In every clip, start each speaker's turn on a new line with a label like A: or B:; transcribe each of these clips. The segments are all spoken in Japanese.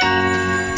A: トー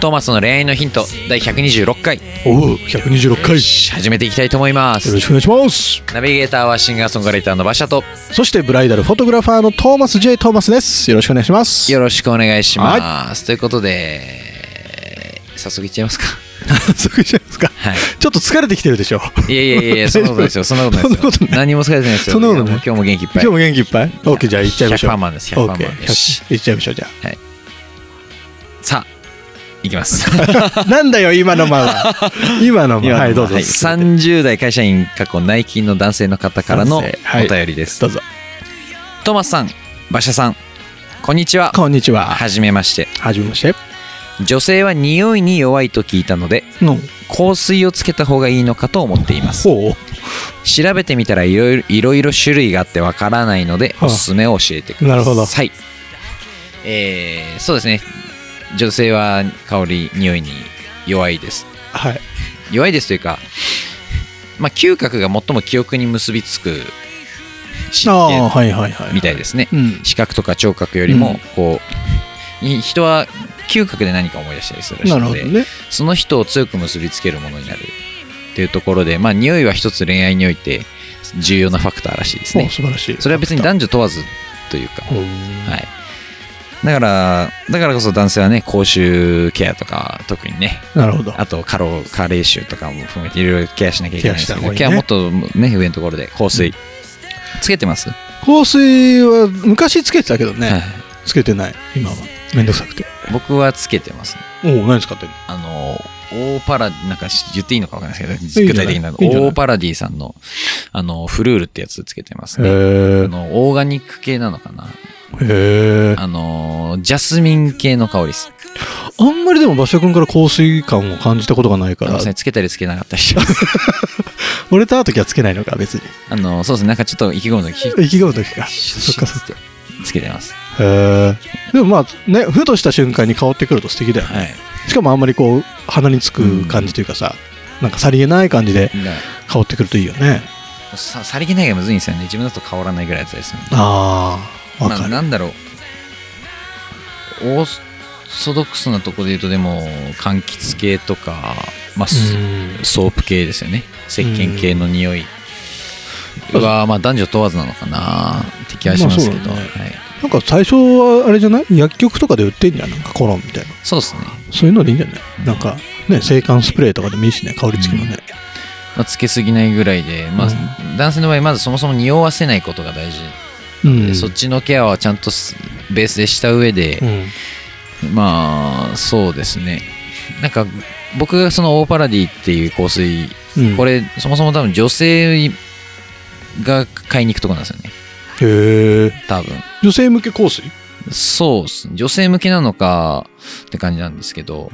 B: トーマスの恋愛のヒント第126回
C: おう126回よ
B: 始めていきたいと思いま
C: ろ
B: す
C: しくお願いします
B: ナビゲーターはシンガーソングライターの馬車と
C: そしてブライダルフォトグラファーのトーマス J トーマスですよろしくお願いします
B: よろしくお願いします、ということで早速いっちゃいますか
C: そうじゃない ですか
B: はい
C: ちょっと疲れてきてるでしょ
B: いやいやいやいやそんなことないですよそんなことないですよ
C: そんなことない
B: 何も疲れてないですよ
C: そんなことない
B: やもう今日も元気いっぱい
C: 今日も元気いっぱい OK じゃあ行っちゃいましょう
B: 100%マンです100%マンよし
C: OK 行っちゃいましょうじゃ
B: さあいきます
C: あなんだよ今の 間は今の間はいどうぞ
B: 30代会社員過去内勤の男性の方からのお
C: 男性はい
B: 便りです、
C: どうぞ
B: トーマスさん馬車さんこんにちは
C: こんにちは
B: はじめまして
C: はじめまして
B: 女性は匂いに弱いと聞いたので
C: の
B: 香水をつけた方がいいのかと思っています
C: ほう
B: 調べてみたらいろいろいろいろ種類があってわからないので
C: はあ
B: おすすめを教えてください
C: なるほど
B: はいえー、そうですね女性は香り匂いに弱いです
C: はい
B: 弱いですというか、まあ、嗅覚が最も記憶に結びつく
C: あ
B: 神経
C: あはいはいはい
B: みたいですね
C: うん
B: 視覚とか聴覚より
C: うん
B: もこう、い人は嗅覚で何か思い出したりするらしい
C: なる
B: の
C: ほど
B: で、
C: ね
B: その人を強く結びつけるものになるっていうところで、まあ、匂いは一つ恋愛において重要なファクターらしいです
C: おう
B: ね。
C: 素晴らしい
B: それは別に男女問わずというか、
C: ほう
B: はい。だから、だからこそ男性はね、口臭ケアとか、特にね、
C: なるほど
B: あと過労、加齢臭とかも含めていろいろケアしなきゃいけないんですけど、
C: ケ
B: ケ
C: ア
B: ア
C: し
B: もっとね、上のところで香水、つけてます、
C: 香水は昔つけてたけどね、
B: はい。
C: つけてない今はめんどくさくて
B: 僕はつけてます、
C: おお何使ってる
B: あの、オーパラ、なんかし言っていいのかわかんないです
C: いい
B: けど、
C: んじゃ
B: 具
C: ない
B: 体的なの。
C: いいんじゃない
B: オーパラディさんの、あの、フルールってやつつけてますね。
C: へ
B: あの、オーガニック系なのかな
C: えへえ
B: あの、ジャスミン系の香りです。
C: あんまりでも馬車君から香水感を感じたことがないか
B: あの
C: ら
B: ですねつけたりつけなかったり します。
C: 俺と会う時はつけないのか別に
B: あの、そうですね、なんかちょっと意気込むのき、
C: 意気込む時かそっかそっか
B: つけてます。
C: へえでもまあねふとした瞬間に香ってくると素敵だよね、
B: はい。
C: しかもあんまりこう鼻につく感じというかさ、なんかさりげない感じで
B: だか
C: 香ってくるといいよね
B: らささりげないがむずいんですよね。自分だと変わらないぐらいのやつですね。
C: ああわか
B: な
C: る
B: なんだろうオーソドックスなとこで言うとでも柑橘系とか、まあス
C: うん
B: ソープ系ですよね石鹸系の匂いは、まあ、男女問わずなのかなって気はしますけど、
C: ま
B: は
C: あそう
B: い
C: だなんか最初はあれじゃない薬局とかで売ってんじゃんなんかコロンみたいな
B: そうですね、
C: そういうのでいいんじゃないなんかね制汗スプレーとかでもいいしね香り付きのね、
B: まあ、つけすぎないぐらいで、まあ
C: う
B: 男性の場合まずそもそも匂わせないことが大事
C: うん
B: で、そっちのケアはちゃんとすベースでした上で
C: う、ん
B: まあそうですねなんか僕がそのオーパラディっていう香水
C: うん、
B: これそもそも多分女性が買いに行くとこなんですよね
C: へえ
B: 多分
C: 女性向け香水、
B: そうっす女性向けなのかって感じなんですけど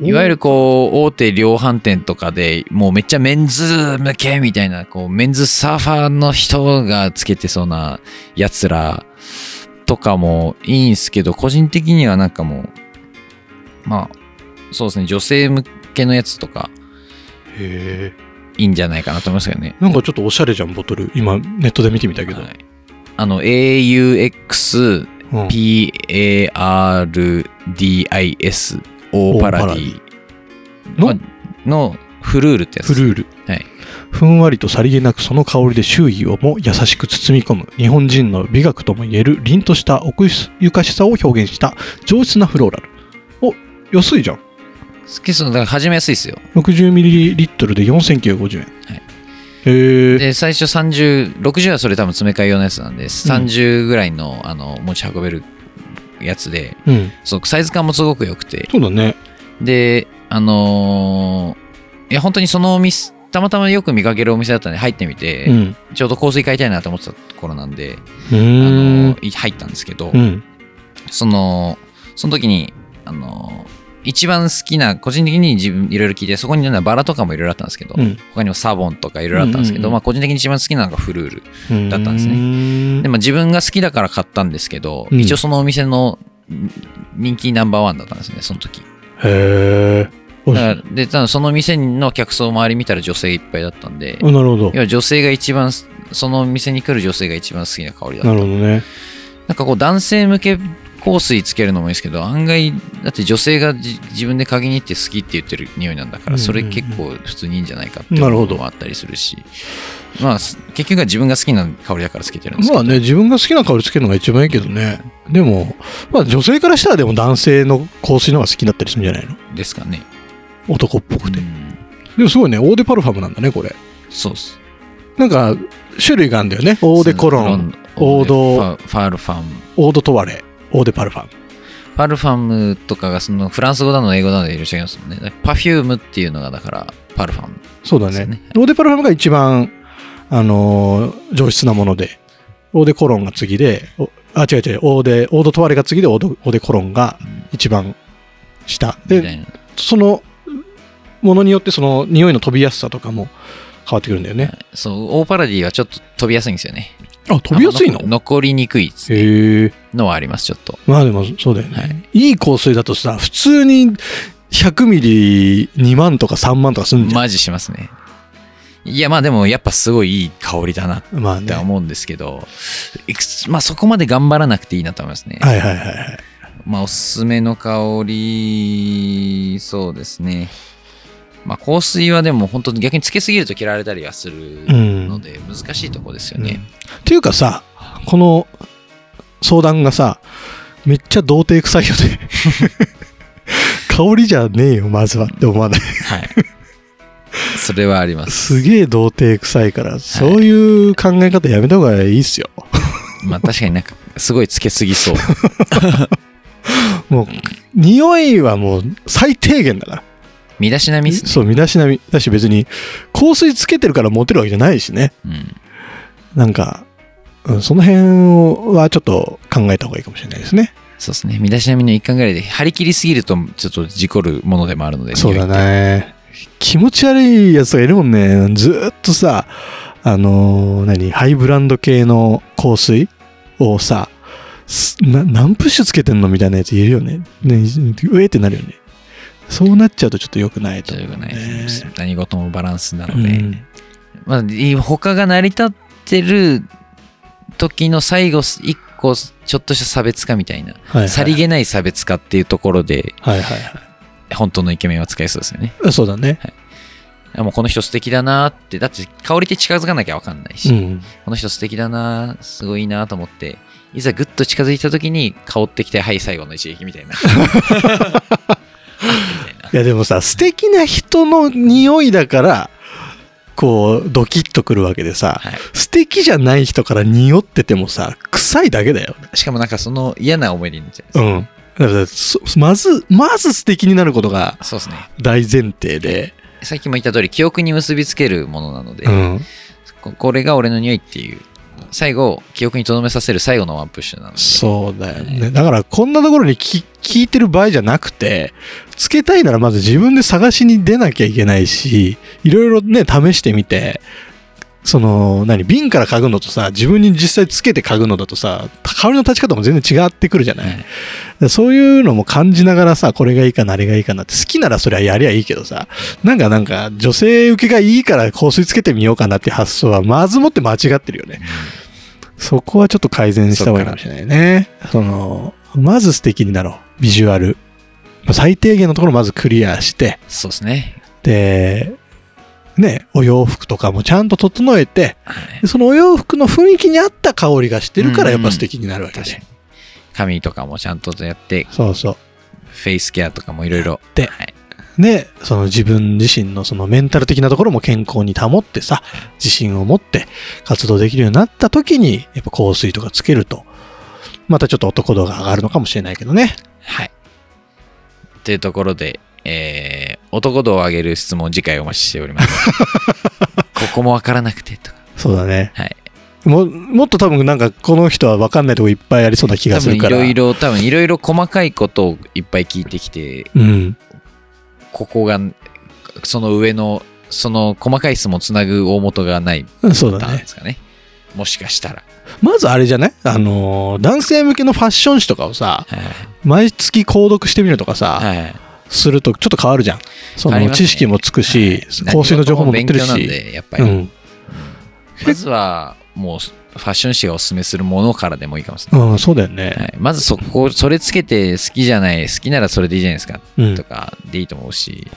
B: いわゆるこう大手量販店とかでもうめっちゃメンズ向けみたいなこうメンズサーファーの人がつけてそうなやつらとかもいいんすけど個人的にはなんかもうまあそうですね女性向けのやつとか
C: へえ
B: いいんじゃないかなと思いますけどね
C: なんかちょっとおしゃれじゃんボトル今ネットで見てみたけど、
B: はいあの AUX
C: うん
B: PARDIS オーパラディ
C: の
B: まあのフルールってやつ
C: フルール、
B: はい
C: ふんわりとさりげなくその香りで周囲をも優しく包み込む日本人の美学ともいえる凛とした奥ゆかしさを表現した上質なフローラルお安いじゃん
B: 好きそうだから始めやすいですよ
C: 60ml で4950円、
B: はい
C: へえ
B: で最初3060はそれ多分詰め替え用のやつなんで30ぐらいのあの持ち運べるやつで
C: うん
B: そうサイズ感もすごく良くて
C: そうだね
B: であのーいや本当にそのお店たまたまよく見かけるお店だったんで入ってみて、
C: うん
B: ちょうど香水買いたいなと思ってたところなんで、
C: う
B: あ
C: ー
B: の
C: ん
B: い入ったんですけど、
C: うん
B: そのその時にあの一番好きな個人的に自分いろいろ聞いてそこにバラとかもいろいろあったんですけど、
C: うん
B: 他にもサボンとかいろいろあったんですけど、
C: うんうんうん
B: まあ、個人的に一番好きなのがフルール
C: うん
B: だったんですね
C: ね
B: で、まあ、自分が好きだから買ったんですけど、
C: うん
B: 一応そのお店のん人気ナンバーワンだったんですねその時
C: へえ。
B: だからでただその店の客層を周り見たら女性いっぱいだったんで、
C: うんなるほど。
B: 要は女性が一番その店に来る女性が一番好きな香りだった
C: なるほどね。
B: なんかこう男性向け香水つけるのもいいですけど案外だって女性がじ自分で嗅ぎに行って好きって言ってる匂いなんだからそれ結構普通にいいんじゃないかっていう
C: なるほ
B: こ
C: ど
B: ともあったりするしまあす結局は自分が好きな香りだからつけてるんですけど、
C: まあね、自分が好きな香りつけるのが一番いいけどね。でも、まあ女性からしたらでも男性の香水の方が好きだったりするんじゃないの
B: ですかね、
C: 男っぽくて。
B: うん
C: でもすごいね、オーデパルファムなんだね、これ。
B: そうっす
C: なんか、種類があるんだよね。オーデコロン、オード
B: ファファルファム
C: オーデトワレ、オーデパルファム。
B: ファルファムとかがそのフランス語だの英語だのでいろいろ違いますもんねだからパフュームっていうのがだからパルファム
C: そうだ
B: そうで
C: ね。
B: すね
C: オーデパルファムが一番、あのー上質なもので、オーデコロンが次で、おあ、違う違う、オーデ、オードトワレが次で、オードオーデコロンが一番下。
B: み
C: で
B: た、いな
C: そのものによってその匂いの飛びやすさとかも変わってくるんだよね。
B: そうオーパラディはちょっと飛びやすいんですよね
C: あ、飛びやすいの
B: あの残りにくいっつ
C: へえ。
B: のはありますちょっと
C: まあでもそうだよね。
B: はい
C: い、い香水だとさ、普通に100ミリ2万とか3万とかするんじゃん。
B: マジしますねいやまあでもやっぱすごいいい香りだなっ
C: まあ
B: て
C: ね。はい
B: 思うんですけど、いくつまあそこまで頑張らなくていいなと思いますね、
C: はいはいはい。
B: まあおすすめの香りそうですねまあ香水はでも本当に逆につけすぎると嫌われたりはする
C: うん。
B: ので難しいとこですよ
C: うん
B: ね、
C: っていうかさ、この相談がさ、めっちゃ童貞臭いよね。香りじゃねえよ、まずはって思わない。
B: はいそれはあります
C: すげえ童貞臭いから、そういう考え方やめた方がいいっすよ。
B: まあ確かになんかすごいつけすぎそう
C: もう、匂いはもう最低限だから。
B: 身だしなみっすね
C: そう、身だしなみ。だし別に、香水つけてるからモテるわけじゃないしね。
B: うん
C: なんか、うんその辺はちょっと考えた方がいいかもしれないですね。
B: そうですね。身だしなみの一環ぐらいで、張り切りすぎると、ちょっと事故るものでもあるので、
C: そうだ
B: 匂いって。
C: ね。気持ち悪いやつがいるもんね。ずーっとさ、あのー何、ハイブランド系の香水をさ、すな何プッシュつけてんのみたいなやついるよね。ね、うえってなるよね。そうなっちゃうとちょっと良くないと
B: とい
C: 思
B: う
C: う、
B: か
C: ね。
B: ね、何事もバランスな
C: う
B: ので、
C: ん
B: まあい他が成り立ってる時の最後一個ちょっとした差別化みたいな、
C: はいはい
B: さりげない差別化っていうところで
C: はいはいは
B: 本当のイケメンは使えそうですよね
C: い。そうだね。
B: あもうこの人素敵だなーってだって香りって近づかなきゃ分かんないし、
C: うん。
B: この人素敵だなーすごいいいなーと思っていざぐっと近づいた時に香ってきてはい最後の一撃みた いなみたいない
C: やでもさ、素敵な人の匂いだから、こう、ドキッとくるわけでさ、
B: は
C: 素敵じゃない人から匂っててもさ、臭いだけだよ。
B: い、しかもなんかその嫌な思い出になっちゃうんです
C: う
B: よ、
C: ん。だからそまず、まず素敵になることが
B: そうですね
C: 大前提で、
B: さっきも言った通り記憶に結びつけるものなので、
C: うん。
B: ここれが俺の匂いっていう最後記憶に留めさせる最後のワンプッシュなので
C: そうだよね。だから、こんなところにき聞いてる場合じゃなくて、つけたいならまず自分で探しに出なきゃいけないし、いろいろね、試してみて、その、何、瓶から嗅ぐのとさ、自分に実際つけて嗅ぐのだとさ、香りの立ち方も全然違ってくるじゃない。
B: はい
C: でそういうのも感じながらさ、これがいいかな、あれがいいかなって、好きならそれはやりゃいいけどさ、なんかなんか、女性受けがいいから香水つけてみようかなっていう発想は、まずもって間違ってるよね。そこはちょっと改善した方がいいかもしれないね。その、まず素敵になろう。ビジュアル。まあ最低限のところまずクリアして、
B: そうですね、
C: で、ね、お洋服とかもちゃんと整えて、
B: はい
C: でそのお洋服の雰囲気に合った香りがしてるからやっぱ素敵になるわけ
B: 確か
C: で
B: に。髪とかもちゃんとやって
C: そうそう。
B: フェイスケアとかもいろいろ
C: で
B: はい
C: で、その自分自身のそのメンタル的なところも健康に保ってさ、自信を持って活動できるようになった時に、やっぱ香水とかつけると、またちょっと男度が上がるのかもしれないけどね。
B: はい。というところで、えー男度を上げる 質問次回お待ちしております。ここもわからなくてとか。
C: そうだね。
B: はい。
C: ももっと多分なんかこの人は分かんないとこいっぱいありそうな気
B: 多
C: がす
B: 分
C: る
B: い
C: から
B: ろいろ多分いろいろ細かいことをいっぱい聞いてきて
C: うん
B: ここがその上のその細かい質問をつなぐ大元がない
C: そう
B: パタ
C: だ
B: ーン
C: ね
B: ですかねもしかしたら、
C: まずあれじゃないあのー男性向けのファッション誌とかをさ
B: はい
C: 毎月購読してみるとかさ、
B: はいはい
C: するとちょっと変わるじゃんそ
B: 変わり
C: の
B: ますね
C: 知識もつくし、
B: 何
C: 香水の
B: 事
C: 情報も載ってる
B: 勉強なん
C: し、
B: でやっぱり、
C: うん
B: まずはもうファッション誌がおすすめするものからでもいいかもしれ
C: うん、そうだよ
B: な
C: ね、
B: い、はい、まずそこそれつけて好きじゃない好きならそれでいいじゃないですか
C: うん
B: とかでいいと思うし、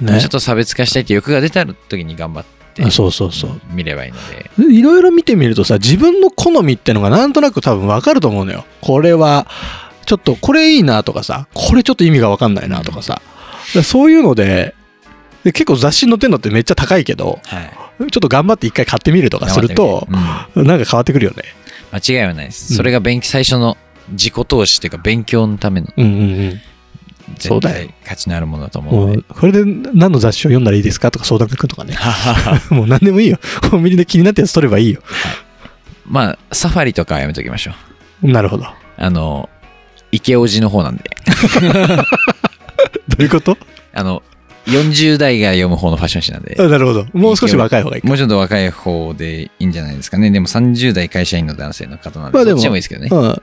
C: ね
B: ちょっと差別化したいって欲が出た時に頑張って
C: あそうそうそう
B: 見ればいいので
C: いろいろ見てみるとさ自分の好みってのがなんとなく多分わかると思うのよこれはちょっとこれいいなとかさこれちょっと意味がわかんないなとかさだからそういうのでで結構雑誌に載ってんのってめっちゃ高いけど
B: はい
C: ちょっと頑張って一回買ってみるとかすると
B: 頑、張って
C: なんか変わってくるよね
B: みてうん間違いはないです、
C: うん
B: それが勉強最初の自己投資というか勉強のための
C: うんうんそ
B: 全
C: うだよ
B: 体価値のあるものだと
C: うん
B: 思う
C: も
B: ので
C: うこれで何の雑誌を読んだらいいですかとか相談くとかねもう何でもいいよコンビニで気になったやつ取ればいいよ
B: まあサファリとかはやめときましょう
C: なるほどど
B: あの池叔父の方なんで
C: ういうこと
B: あの40代が読む方のファッション誌なんで
C: あなるほどもう少し若い方がいいか
B: もうちょっと若い方でいいんじゃないですかねでも30代会社員の男性の方なんで
C: まあで
B: どっ
C: も
B: ちでもいいですけどね
C: うん、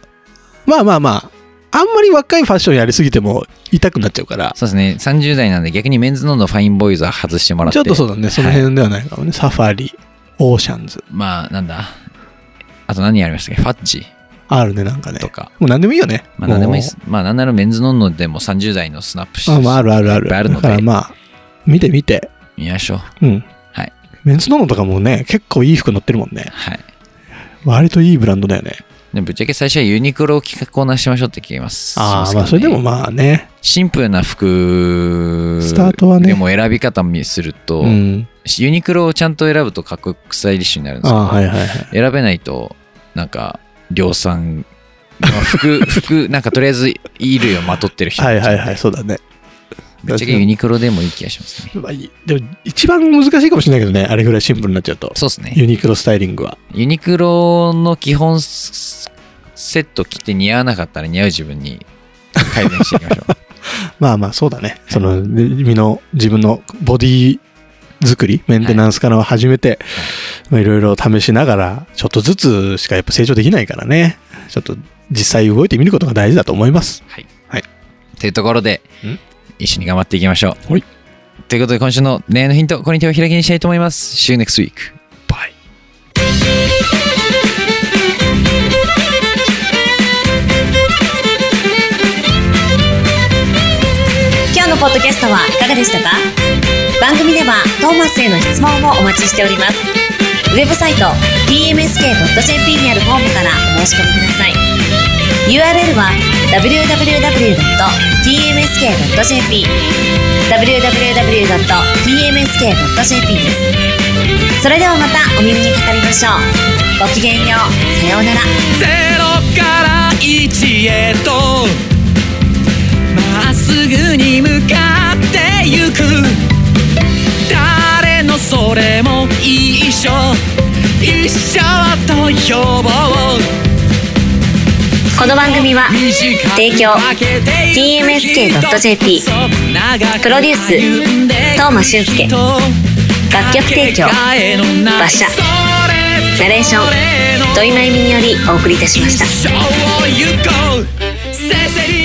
C: まあまあまああんまり若いファッションやりすぎても痛くなっちゃうから
B: そうですね30代なんで逆にメンズノンのファインボーイズは外してもらって
C: ちょっとそうだねその辺ではないかもね、サファリオーシャンズ
B: まあなんだあと何やりましたっけファッチ
C: あるねなんかね
B: とか、
C: もう何でもいいよね
B: まあ何でもいいですまあなんならメンズノンノでも30代のスナップし
C: もうあ,、まあ、あるあるあ
B: いっ
C: る
B: ぱいあるの
C: だから
B: で
C: まあ見て見て
B: 見ましょう
C: うん
B: はい
C: メンズノノとかもね結構いい服乗ってるもんね
B: はい
C: 割といいブランドだよね
B: でぶっちゃけ最初はユニクロを企画をなしましょうって聞きます
C: ああ
B: し
C: まあ
B: す
C: そ
B: け
C: れ
B: どね
C: でもまあね
B: シンプルな服
C: スタートはね
B: でも選び方にすると、
C: うん
B: ユニクロをちゃんと選ぶとかっこよくスタイリッシュになるんですけ
C: あ
B: ど、
C: あはいはいはい
B: 選べないとなんか量産まあ 服服なんかとりあえず衣類をまとってる人
C: はいはいはいそうだね
B: ぶっちゃけユニクロでもいい気がしますね
C: まあいいでも一番難しいかもしれないけどねあれぐらいシンプルになっちゃうと
B: そうですね
C: ユニクロスタイリングは
B: ユニクロの基本セット着て似合わなかったら似合う自分に改善していき ましょう
C: まあまあそうだね。その、で身の、自分のボディ作り、メンテナンスから始めて、まあいろいろ試しながら、ちょっとずつしかやっぱ成長できないからね。ちょっと実際動いてみることが大事だと思います。
B: はい、
C: はい
B: というところで
C: ん
B: 一緒に頑張っていきましょう
C: はい
B: ということで今週の恋愛のヒントこれに手を開きにしたいと思います See you next week
C: バイ。
A: 今日のポッドキャストはいかがでしたか番組ではトーマスへの質問もお待ちしておりますウェブサイト tmsk.jp にあるフォームからお申し込みください URL は www.tmsk.jp www.tmsk.jp ですそれではまたお耳にかかりましょうごきげんようさようなら
D: ゼロから一へとまっすぐに向かってゆく誰のそれも一緒一緒と呼ぼう
A: この番組は提供 TMSK.jp プロデュース東間俊介楽曲提供馬車ナレーション土井真由美によりお送りいたしました
D: 一生を行こうセセリ